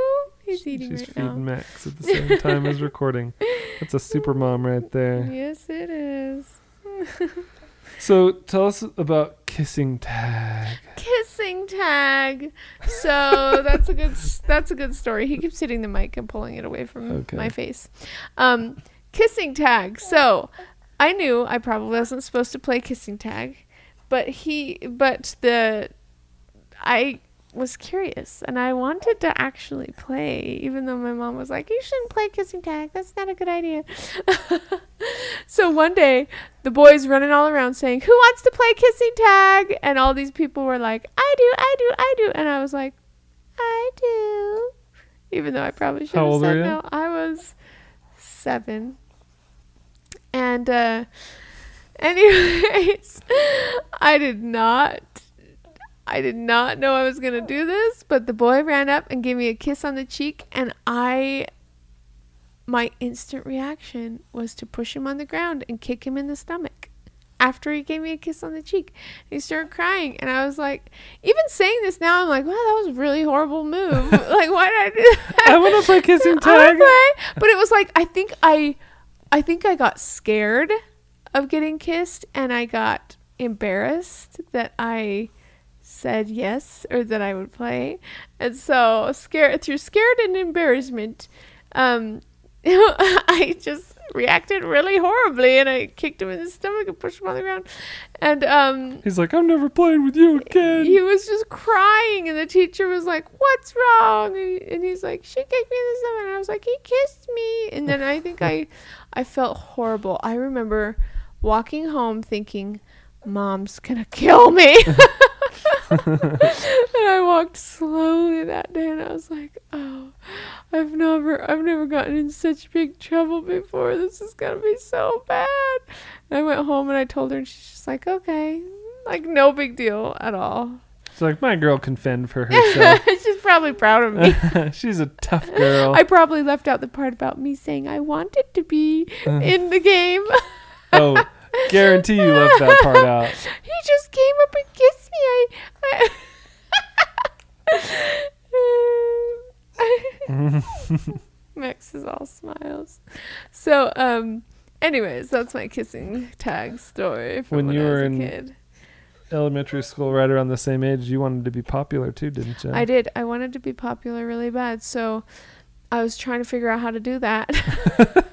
[SPEAKER 2] He's eating
[SPEAKER 1] She's
[SPEAKER 2] right now.
[SPEAKER 1] feeding Max at the same time as recording. That's a super mom right there.
[SPEAKER 2] Yes, it is.
[SPEAKER 1] So tell us about kissing tag.
[SPEAKER 2] kissing tag. So that's a good that's a good story. He keeps hitting the mic and pulling it away from
[SPEAKER 1] Okay.
[SPEAKER 2] my face. Um, kissing tag. So I knew I probably wasn't supposed to play kissing tag, but he but the I was curious and I wanted to actually play, even though my mom was like, "You shouldn't play kissing tag. That's not a good idea." so one day, the boys running all around saying, "Who wants to play kissing tag?" And all these people were like, "I do, I do, I do," and I was like, "I do," even though I probably should
[SPEAKER 1] How
[SPEAKER 2] have
[SPEAKER 1] old
[SPEAKER 2] said
[SPEAKER 1] were you?
[SPEAKER 2] no. I was seven, and uh, anyways, I did not. I did not know I was gonna do this, but the boy ran up and gave me a kiss on the cheek, and I my instant reaction was to push him on the ground and kick him in the stomach after he gave me a kiss on the cheek. He started crying, and I was like, even saying this now, I'm like, wow, that was a really horrible move. like, why did I do that?
[SPEAKER 1] I wanna play kiss and
[SPEAKER 2] I
[SPEAKER 1] tag.
[SPEAKER 2] wanna play. But it was like, I think I, I think I got scared of getting kissed, and I got embarrassed that I said yes or that I would play. And so, scared through scared and embarrassment, um, I just reacted really horribly and I kicked him in the stomach and pushed him on the ground. And um,
[SPEAKER 1] He's like, I'm never playing with you again.
[SPEAKER 2] he was just crying, and the teacher was like, What's wrong? And and he's like, She kicked me in the stomach. And I was like, He kissed me. And then I think I, I felt horrible. I remember walking home thinking, Mom's gonna kill me. and I walked slowly that day, and I was like, "Oh, I've never, I've never gotten in such big trouble before. This is gonna be so bad." And I went home and I told her, and she's just like, "Okay, like no big deal at all."
[SPEAKER 1] It's like my girl can fend for herself.
[SPEAKER 2] she's probably proud of me.
[SPEAKER 1] She's a tough girl.
[SPEAKER 2] I probably left out the part about me saying I wanted to be in the game.
[SPEAKER 1] oh, Uh. guarantee you left that part out.
[SPEAKER 2] He just came up and kissed me. I. I Max is all smiles. So, um, anyways, that's my kissing tag story from when, you were
[SPEAKER 1] in
[SPEAKER 2] a kid.
[SPEAKER 1] Elementary school, right around the same age, you wanted to be popular too, didn't you?
[SPEAKER 2] I did. I wanted to be popular really bad, so I was trying to figure out how to do that.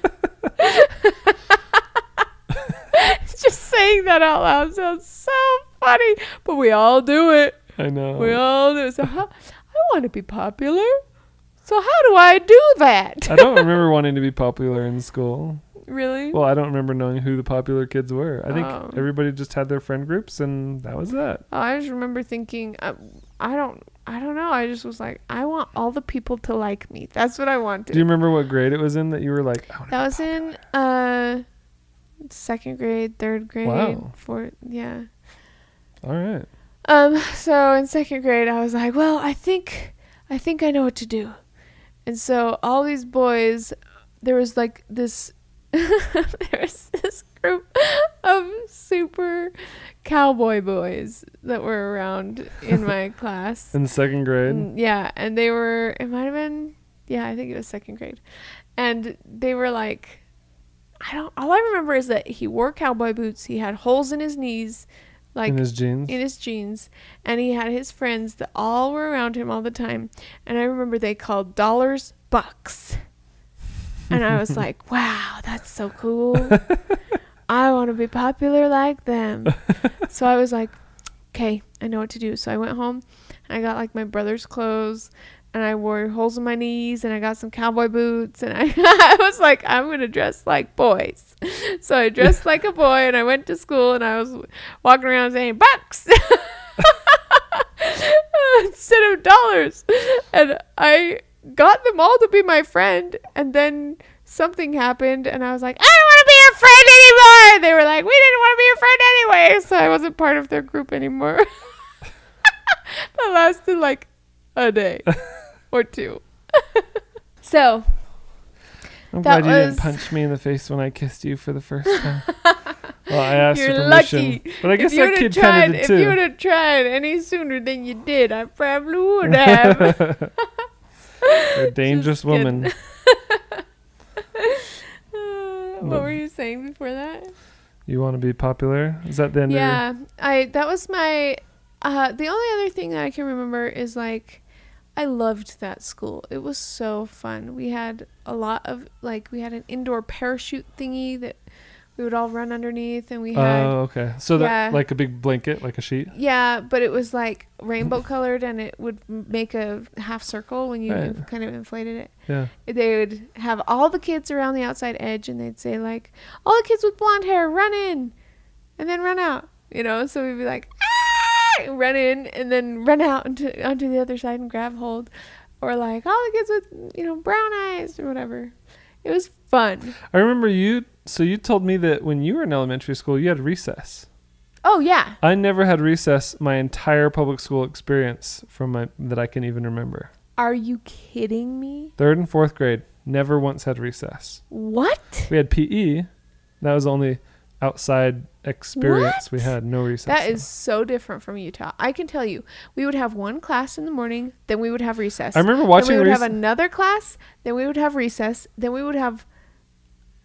[SPEAKER 2] Just saying that out loud sounds so funny, but we all do it.
[SPEAKER 1] I know.
[SPEAKER 2] We all do. So how, I want to be popular. So how do I do that?
[SPEAKER 1] I don't remember wanting to be popular in school.
[SPEAKER 2] really?
[SPEAKER 1] Well, I don't remember knowing who the popular kids were. I think
[SPEAKER 2] Oh.
[SPEAKER 1] everybody just had their friend groups, and that was that.
[SPEAKER 2] Oh, I just remember thinking, uh, I don't, I don't know. I just was like, I want all the people to like me. That's what I wanted.
[SPEAKER 1] Do you remember what grade it was in that you were like, "Oh, I wanna
[SPEAKER 2] that was in uh, second grade, third grade,
[SPEAKER 1] Wow.
[SPEAKER 2] fourth, yeah.
[SPEAKER 1] All right.
[SPEAKER 2] Um, so in second grade, I was like, well, I think, I think I know what to do. And so all these boys, there was like this, there was this group of super cowboy boys that were around in my class.
[SPEAKER 1] In second grade.
[SPEAKER 2] Mm, Yeah, and they were. It might have been. Yeah, I think it was second grade, and they were like, I don't. All I remember is that he wore cowboy boots. He had holes in his knees, like
[SPEAKER 1] in his jeans.
[SPEAKER 2] in his jeans, and he had his friends that all were around him all the time. And I remember they called dollars bucks. And I was like, wow, that's so cool. I want to be popular like them. So I was like, okay, I know what to do. So I went home and I got like my brother's clothes and I wore holes in my knees and I got some cowboy boots and I, I was like, I'm going to dress like boys. So I dressed like a boy and I went to school and I was walking around saying bucks instead of dollars. And I got them all to be my friend. And then something happened, and I was like, I don't want to be your friend anymore. They were like, We didn't want to be your friend anyway. So I wasn't part of their group anymore. that lasted like a day or two. so
[SPEAKER 1] I'm
[SPEAKER 2] that
[SPEAKER 1] glad you didn't
[SPEAKER 2] was-
[SPEAKER 1] punch me in the face when I kissed you for the first time. well, I asked
[SPEAKER 2] You're
[SPEAKER 1] your permission,
[SPEAKER 2] lucky.
[SPEAKER 1] but I guess
[SPEAKER 2] if you
[SPEAKER 1] that
[SPEAKER 2] would have
[SPEAKER 1] kid kind of
[SPEAKER 2] tried, if
[SPEAKER 1] did too.
[SPEAKER 2] you would have tried any sooner than you did, I probably would have.
[SPEAKER 1] a dangerous
[SPEAKER 2] Just kidding.
[SPEAKER 1] woman.
[SPEAKER 2] Uh, what were you saying before that?
[SPEAKER 1] You want to be popular? Is that the end? of your-
[SPEAKER 2] yeah i that was my uh the only other thing that i can remember is like i loved that school it was so fun we had a lot of like we had an indoor parachute thingy that we would all run underneath and we had
[SPEAKER 1] Oh, okay. So that
[SPEAKER 2] Yeah.
[SPEAKER 1] like a big blanket, like a sheet.
[SPEAKER 2] yeah but it was like rainbow colored and it would m- make a half circle when you
[SPEAKER 1] Right.
[SPEAKER 2] kind of inflated it
[SPEAKER 1] Yeah.
[SPEAKER 2] they would have all the kids around the outside edge and they'd say like all the kids with blonde hair run in and then run out you know so we'd be like ah! and run in and then run out onto, onto the other side and grab hold or like all the kids with you know brown eyes or whatever it was fun
[SPEAKER 1] I remember you. So you told me that when you were in elementary school, you had recess.
[SPEAKER 2] oh yeah
[SPEAKER 1] I never had recess my entire public school experience from my that I can even remember.
[SPEAKER 2] are you kidding me
[SPEAKER 1] Third and fourth grade, never once had recess.
[SPEAKER 2] what
[SPEAKER 1] We had PE. That was the only outside experience we
[SPEAKER 2] What?
[SPEAKER 1] had. No recess.
[SPEAKER 2] that
[SPEAKER 1] though.
[SPEAKER 2] is so different from utah i can tell you we would have one class in the morning then we would have recess
[SPEAKER 1] I remember
[SPEAKER 2] then
[SPEAKER 1] watching
[SPEAKER 2] we would
[SPEAKER 1] recess.
[SPEAKER 2] have another class then we would have recess then we would have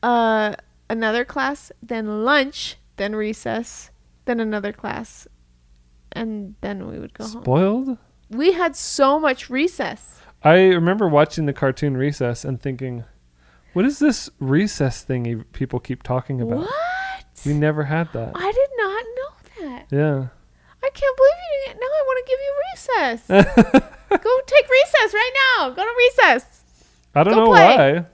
[SPEAKER 2] uh another class then lunch then recess then another class and then we would go home
[SPEAKER 1] spoiled.
[SPEAKER 2] we had so much recess
[SPEAKER 1] I remember watching the cartoon Recess and thinking, "What is this recess thing you- people keep talking about?
[SPEAKER 2] what
[SPEAKER 1] We never had that."
[SPEAKER 2] i did not know that
[SPEAKER 1] Yeah.
[SPEAKER 2] i can't believe you didn't now i want to give you recess go take recess right now go to recess
[SPEAKER 1] I don't
[SPEAKER 2] Go
[SPEAKER 1] know
[SPEAKER 2] play.
[SPEAKER 1] why.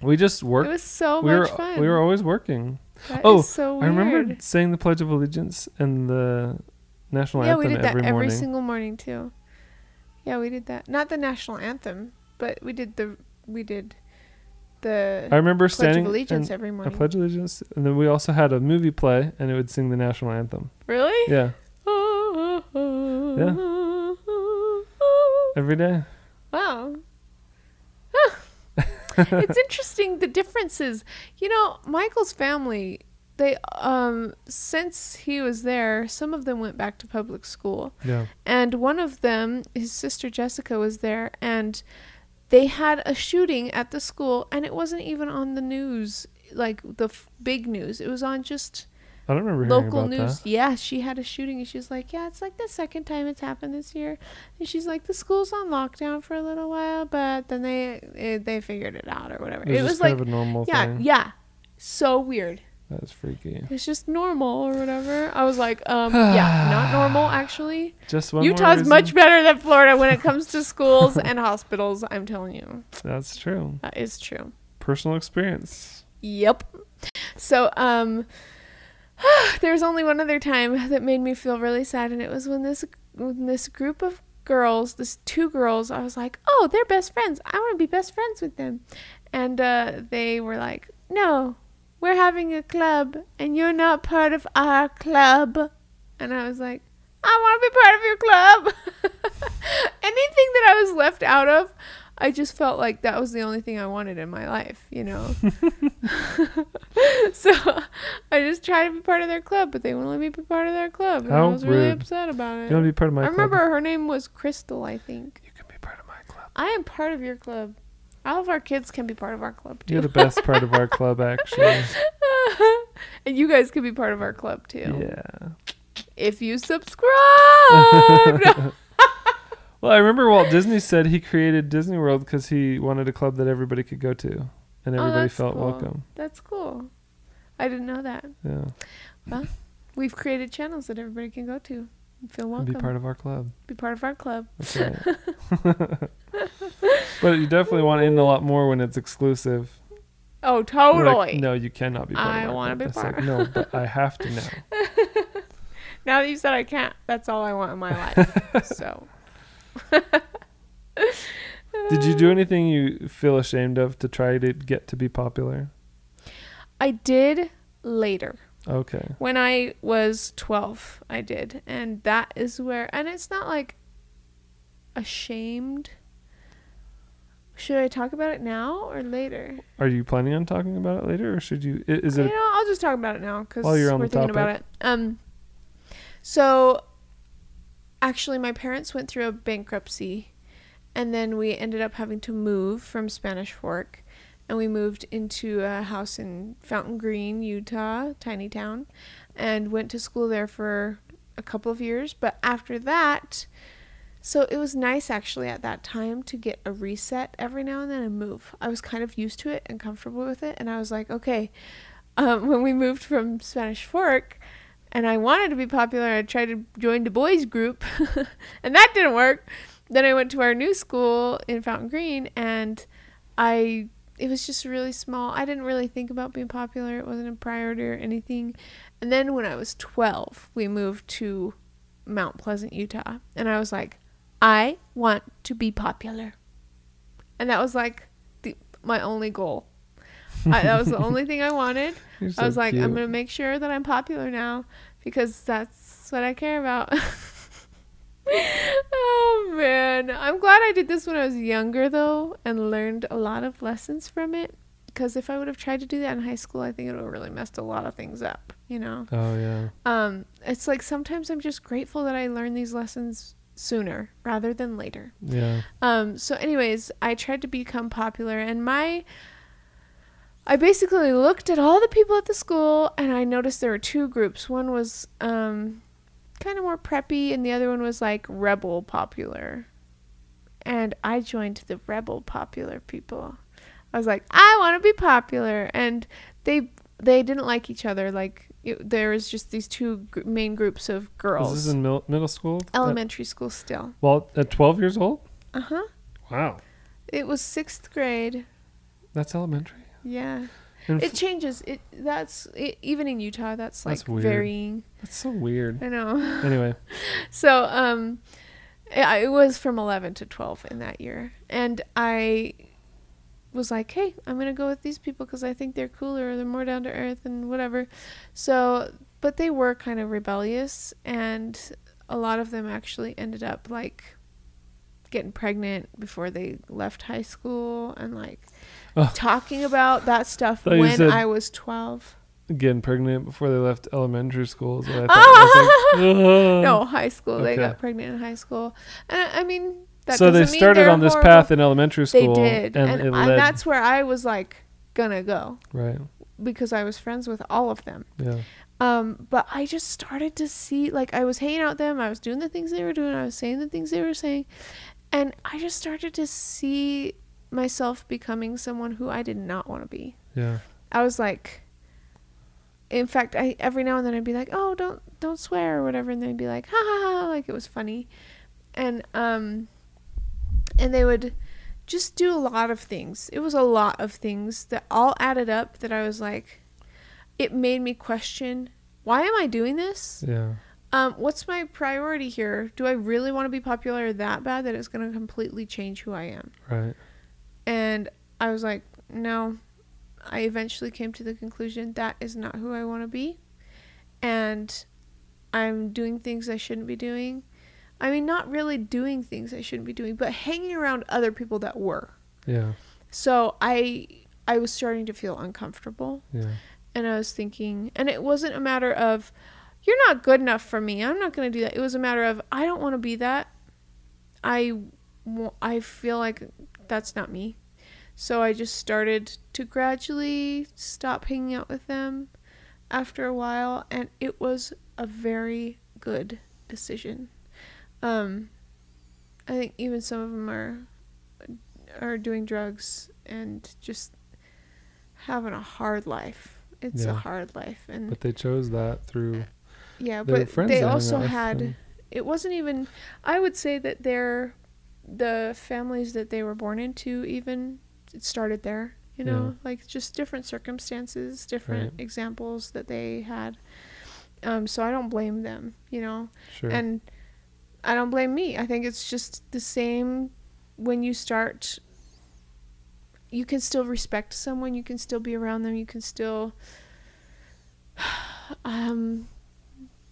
[SPEAKER 1] We just
[SPEAKER 2] it
[SPEAKER 1] worked.
[SPEAKER 2] was so
[SPEAKER 1] we were
[SPEAKER 2] much fun
[SPEAKER 1] we were always working.
[SPEAKER 2] That
[SPEAKER 1] oh,
[SPEAKER 2] is so weird.
[SPEAKER 1] I remember saying the Pledge of Allegiance and the national
[SPEAKER 2] yeah, we
[SPEAKER 1] anthem
[SPEAKER 2] did that
[SPEAKER 1] every
[SPEAKER 2] every,
[SPEAKER 1] morning.
[SPEAKER 2] single morning too. Yeah, we did that. Not the national anthem, but we did the we did the
[SPEAKER 1] I remember
[SPEAKER 2] Pledge of
[SPEAKER 1] standing
[SPEAKER 2] Allegiance
[SPEAKER 1] and
[SPEAKER 2] every
[SPEAKER 1] I
[SPEAKER 2] morning.
[SPEAKER 1] pledge allegiance, and then we also had a movie play, and it would sing the national anthem.
[SPEAKER 2] really?
[SPEAKER 1] Yeah, every day.
[SPEAKER 2] Wow. Huh. it's interesting the differences. You know, Michael's family, they um since he was there, some of them went back to public school.
[SPEAKER 1] Yeah,
[SPEAKER 2] and one of them his sister jessica was there and they had a shooting at the school and it wasn't even on the news like the f- big news it was on just
[SPEAKER 1] I don't remember hearing
[SPEAKER 2] local
[SPEAKER 1] about
[SPEAKER 2] news
[SPEAKER 1] that.
[SPEAKER 2] yeah she had a shooting and she's like yeah it's like the second time it's happened this year and she's like the school's on lockdown for a little while but then they eh, they figured it out or whatever
[SPEAKER 1] It was,
[SPEAKER 2] it
[SPEAKER 1] just
[SPEAKER 2] was
[SPEAKER 1] kind
[SPEAKER 2] like
[SPEAKER 1] of a normal
[SPEAKER 2] yeah
[SPEAKER 1] thing.
[SPEAKER 2] yeah so weird
[SPEAKER 1] That's freaky.
[SPEAKER 2] it's just normal or whatever i was like um yeah not normal actually
[SPEAKER 1] Just one. more
[SPEAKER 2] Utah's
[SPEAKER 1] reason-
[SPEAKER 2] much better than Florida when it comes to schools and hospitals. I'm telling you,
[SPEAKER 1] That's true.
[SPEAKER 2] that is true.
[SPEAKER 1] Personal experience.
[SPEAKER 2] Yep. So, um, there was only one other time that made me feel really sad, and it was when this when this group of girls, this two girls, I was like, oh, they're best friends. I want to be best friends with them, and uh, they were like, no, we're having a club, and you're not part of our club, and I was like. I want to be part of your club. Anything that I was left out of, I just felt like that was the only thing I wanted in my life, you know? so I just tried to be part of their club, but they wouldn't let me be part of their club. And
[SPEAKER 1] How
[SPEAKER 2] I was really
[SPEAKER 1] rude.
[SPEAKER 2] upset about
[SPEAKER 1] You
[SPEAKER 2] it.
[SPEAKER 1] want to be part of my
[SPEAKER 2] I
[SPEAKER 1] club?
[SPEAKER 2] remember her name was Crystal, I think.
[SPEAKER 1] You can be part of my club.
[SPEAKER 2] I am part of your club. All of our kids can be part of our club
[SPEAKER 1] You're
[SPEAKER 2] too.
[SPEAKER 1] the best part of our club, actually.
[SPEAKER 2] and you guys can be part of our club too.
[SPEAKER 1] Yeah.
[SPEAKER 2] If you subscribe. No.
[SPEAKER 1] Well, I remember Walt Disney said he created Disney World because he wanted a club that everybody could go to, and everybody
[SPEAKER 2] Oh, that's
[SPEAKER 1] felt
[SPEAKER 2] cool.
[SPEAKER 1] welcome.
[SPEAKER 2] That's cool. I didn't know that.
[SPEAKER 1] Yeah,
[SPEAKER 2] We've created channels that everybody can go to. and Feel
[SPEAKER 1] and
[SPEAKER 2] welcome.
[SPEAKER 1] be part of our club.
[SPEAKER 2] be part of our club.
[SPEAKER 1] That's right. but you definitely want in a lot more when it's exclusive.
[SPEAKER 2] Oh,
[SPEAKER 1] You're like,
[SPEAKER 2] totally.
[SPEAKER 1] no, you cannot be part
[SPEAKER 2] I
[SPEAKER 1] of our
[SPEAKER 2] wanna
[SPEAKER 1] club.
[SPEAKER 2] be
[SPEAKER 1] It's
[SPEAKER 2] part-
[SPEAKER 1] like, no, but I have to now.
[SPEAKER 2] Now that you said I can't, that's all I want in my life. so
[SPEAKER 1] Did you do anything you feel ashamed of to try to get to be popular?
[SPEAKER 2] I did later.
[SPEAKER 1] Okay.
[SPEAKER 2] When I was 12, I did. And that is where, and it's not like ashamed. Should I talk about it now or later?
[SPEAKER 1] Are you planning on talking about it later, or should you? i- Is it?
[SPEAKER 2] you know, I'll just talk about it now because
[SPEAKER 1] While
[SPEAKER 2] we're
[SPEAKER 1] you're on
[SPEAKER 2] thinking
[SPEAKER 1] the
[SPEAKER 2] about it. Um, so actually, my parents went through a bankruptcy, and then we ended up having to move from Spanish Fork, and we moved into a house in Fountain Green, Utah, tiny town, and went to school there for a couple of years. But after that, so it was nice actually at that time to get a reset every now and then and move. I was kind of used to it and comfortable with it, and I was like, okay. Um, when we moved from Spanish Fork, and I wanted to be popular, I tried to join Du Bois group, and that didn't work. Then I went to our new school in Fountain Green, and I it was just really small. I didn't really think about being popular. It wasn't a priority or anything. And then when I was 12, we moved to Mount Pleasant, Utah. And I was like, I want to be popular. And that was like the, my only goal. I, that was the only thing I wanted.
[SPEAKER 1] You're
[SPEAKER 2] I
[SPEAKER 1] so
[SPEAKER 2] was like,
[SPEAKER 1] cute.
[SPEAKER 2] I'm going to make sure that I'm popular now because that's what I care about. oh, man. I'm glad I did this when I was younger, though, and learned a lot of lessons from it. Because if I would have tried to do that in high school, I think it would have really messed a lot of things up, you know?
[SPEAKER 1] Oh yeah.
[SPEAKER 2] Um, it's like sometimes I'm just grateful that I learned these lessons sooner rather than later.
[SPEAKER 1] Yeah.
[SPEAKER 2] Um, so, anyways, I tried to become popular, and my. I basically looked at all the people at the school, and I noticed there were two groups. One was um, kind of more preppy, and the other one was like rebel popular. And I joined the rebel popular people. I was like, I want to be popular, and they they didn't like each other. Like it, there was just these two gr- main groups of
[SPEAKER 1] Was
[SPEAKER 2] girls.
[SPEAKER 1] this uh, in mil- middle school? At-
[SPEAKER 2] elementary school still.
[SPEAKER 1] well, at 12 years old.
[SPEAKER 2] Uh huh.
[SPEAKER 1] Wow.
[SPEAKER 2] It was sixth grade.
[SPEAKER 1] That's elementary.
[SPEAKER 2] Yeah,
[SPEAKER 1] And f-
[SPEAKER 2] it changes. It that's it, even in Utah. That's like
[SPEAKER 1] That's weird.
[SPEAKER 2] varying.
[SPEAKER 1] that's so weird.
[SPEAKER 2] I know.
[SPEAKER 1] Anyway.
[SPEAKER 2] So um, I it was from eleven to twelve in that year, and I was like, hey, I'm gonna go with these people because I think they're cooler, they're more down to earth, and whatever. So, but they were kind of rebellious, and a lot of them actually ended up like getting pregnant before they left high school and like
[SPEAKER 1] Oh.
[SPEAKER 2] talking about that stuff
[SPEAKER 1] Thought you
[SPEAKER 2] when
[SPEAKER 1] said-
[SPEAKER 2] I was 12.
[SPEAKER 1] Getting pregnant before they left elementary school is what I thought. I was like, "Ugh."
[SPEAKER 2] No, high school. They
[SPEAKER 1] Mm. Okay.
[SPEAKER 2] got pregnant in high school. And I I mean, that
[SPEAKER 1] so they
[SPEAKER 2] doesn't mean
[SPEAKER 1] started
[SPEAKER 2] they're
[SPEAKER 1] on this
[SPEAKER 2] horrible.
[SPEAKER 1] path in elementary
[SPEAKER 2] They
[SPEAKER 1] school,
[SPEAKER 2] did,
[SPEAKER 1] and,
[SPEAKER 2] and,
[SPEAKER 1] it
[SPEAKER 2] I-
[SPEAKER 1] led
[SPEAKER 2] that's where I was like gonna go
[SPEAKER 1] right.
[SPEAKER 2] because I was friends with all of them.
[SPEAKER 1] Yeah,
[SPEAKER 2] Um, but I just started to see like I was hanging out with them, I was doing the things they were doing, I was saying the things they were saying, and I just started to see myself becoming someone who I did not want to be.
[SPEAKER 1] yeah.
[SPEAKER 2] I was like, in fact, I every now and then I'd be like, "Oh, don't don't swear" or whatever, and they'd be like, "Ha ha ha!" Like it was funny, and um, and they would just do a lot of things. It was a lot of things that all added up that I was like, it made me question, why am I doing this?
[SPEAKER 1] Yeah.
[SPEAKER 2] Um, what's my priority here? Do I really want to be popular that bad that it's going to completely change who I am?
[SPEAKER 1] Right.
[SPEAKER 2] And I was like, no. I eventually came to the conclusion that is not who I want to be. And I'm doing things I shouldn't be doing. I mean, not really doing things I shouldn't be doing, but hanging around other people that were.
[SPEAKER 1] Yeah.
[SPEAKER 2] So I I was starting to feel uncomfortable
[SPEAKER 1] Yeah.
[SPEAKER 2] and I was thinking and it wasn't a matter of you're not good enough for me. I'm not going to do that. It was a matter of I don't want to be that. I wa- I feel like that's not me. So I just started to gradually stop hanging out with them after a while, and it was a very good decision. Um, I think even some of them are are doing drugs and just having a hard life. It's
[SPEAKER 1] Yeah.
[SPEAKER 2] a hard life, and
[SPEAKER 1] But they chose that through.
[SPEAKER 2] yeah,
[SPEAKER 1] They were
[SPEAKER 2] but
[SPEAKER 1] friends
[SPEAKER 2] they
[SPEAKER 1] they hung
[SPEAKER 2] also
[SPEAKER 1] out with,
[SPEAKER 2] had.
[SPEAKER 1] and-
[SPEAKER 2] It wasn't even. I would say that their, the families that they were born into, even it started there. You
[SPEAKER 1] Yeah.
[SPEAKER 2] know, like just different circumstances, different
[SPEAKER 1] Right.
[SPEAKER 2] examples that they had. Um, so I don't blame them. You know,
[SPEAKER 1] Sure.
[SPEAKER 2] and I don't blame me. I think it's just the same when you start. You can still respect someone. You can still be around them. You can still um,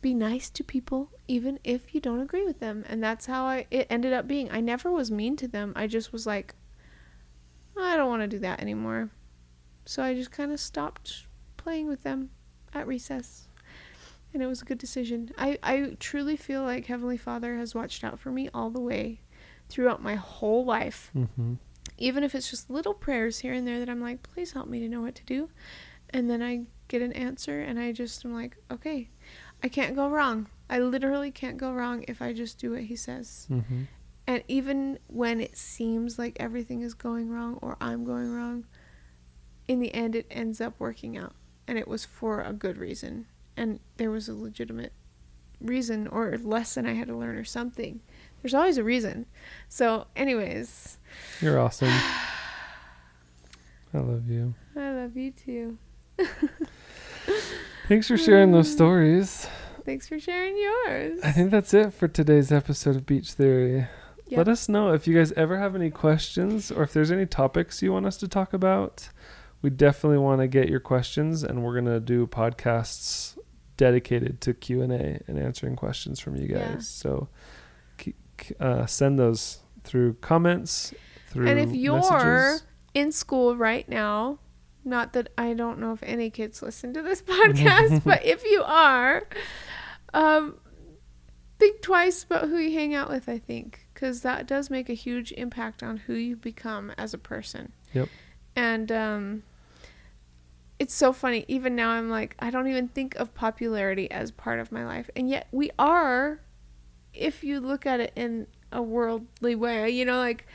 [SPEAKER 2] be nice to people, even if you don't agree with them. And that's how I it ended up being. I never was mean to them. I just was like, I don't want to do that anymore. So I just kind of stopped playing with them at recess and it was a good decision. I, I truly feel like Heavenly Father has watched out for me all the way throughout my whole life.
[SPEAKER 1] mm-hmm.
[SPEAKER 2] even if it's just little prayers here and there that I'm like, please help me to know what to do. And then I get an answer and I just am like, okay, I can't go wrong. I literally can't go wrong if I just do what he says.
[SPEAKER 1] Mm-hmm.
[SPEAKER 2] And even when it seems like everything is going wrong or I'm going wrong, in the end it ends up working out. And it was for a good reason. And there was a legitimate reason or lesson I had to learn or something. There's always a reason. So, anyways,
[SPEAKER 1] You're awesome. I love you.
[SPEAKER 2] I love you too.
[SPEAKER 1] Thanks for sharing
[SPEAKER 2] Mm.
[SPEAKER 1] those stories.
[SPEAKER 2] Thanks for sharing yours.
[SPEAKER 1] I think that's it for today's episode of Beach Theory.
[SPEAKER 2] Yeah.
[SPEAKER 1] Let us know if you guys ever have any questions or if there's any topics you want us to talk about. We definitely want to get your questions and we're going to do podcasts dedicated to Q&A and answering questions from you guys.
[SPEAKER 2] Yeah.
[SPEAKER 1] So k- k- uh, send those through comments, through
[SPEAKER 2] And if you're
[SPEAKER 1] messages.
[SPEAKER 2] in school right now, not that I don't know if any kids listen to this podcast, but if you are, um, think twice about who you hang out with, I think, because that does make a huge impact on who you become as a person.
[SPEAKER 1] Yep.
[SPEAKER 2] And um, it's so funny. Even now, I'm like, I don't even think of popularity as part of my life. And yet, we are, if you look at it in a worldly way, you know, like,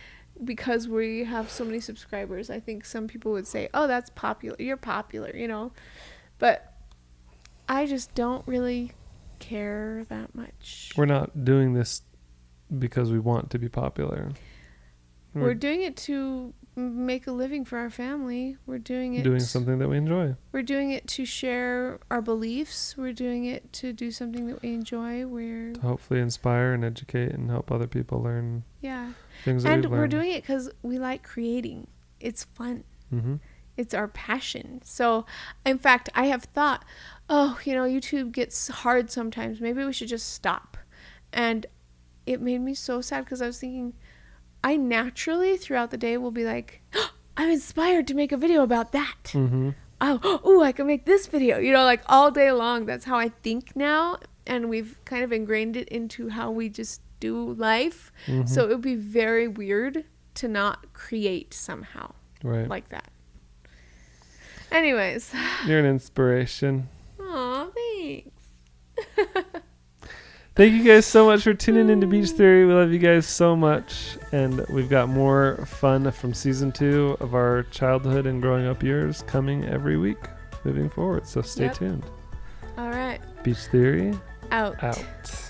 [SPEAKER 2] because we have so many subscribers, I think some people would say, "Oh, that's popular. You're popular," you know. But I just don't really care that much.
[SPEAKER 1] We're not doing this because we want to be popular.
[SPEAKER 2] We're, doing it to m- make a living for our family. We're doing it
[SPEAKER 1] doing something that we enjoy.
[SPEAKER 2] We're doing it to share our beliefs. We're doing it to do something that we enjoy. We're
[SPEAKER 1] to hopefully inspire and educate and help other people learn
[SPEAKER 2] yeah.
[SPEAKER 1] things that
[SPEAKER 2] And
[SPEAKER 1] we've
[SPEAKER 2] we're
[SPEAKER 1] learned.
[SPEAKER 2] doing it cuz we like creating. It's fun.
[SPEAKER 1] mm-hmm.
[SPEAKER 2] it's our passion. So, in fact, I have thought, oh, you know, YouTube gets hard sometimes. Maybe we should just stop. And it made me so sad because I was thinking, I naturally throughout the day will be like, "Oh, I'm inspired to make a video about that.
[SPEAKER 1] Mm-hmm.
[SPEAKER 2] Oh, ooh, I can make this video. You know, like all day long. That's how I think now. And we've kind of ingrained it into how we just do life.
[SPEAKER 1] Mm-hmm.
[SPEAKER 2] So it would be very weird to not create somehow
[SPEAKER 1] Right.
[SPEAKER 2] like that. Anyways,
[SPEAKER 1] You're an inspiration.
[SPEAKER 2] aw, thanks.
[SPEAKER 1] Thank you guys so much for tuning into Beach Theory. We love you guys so much. And we've got more fun from season two of our childhood and growing up years coming every week moving forward. So stay
[SPEAKER 2] Yep.
[SPEAKER 1] tuned.
[SPEAKER 2] All right,
[SPEAKER 1] Beach Theory
[SPEAKER 2] out.
[SPEAKER 1] out.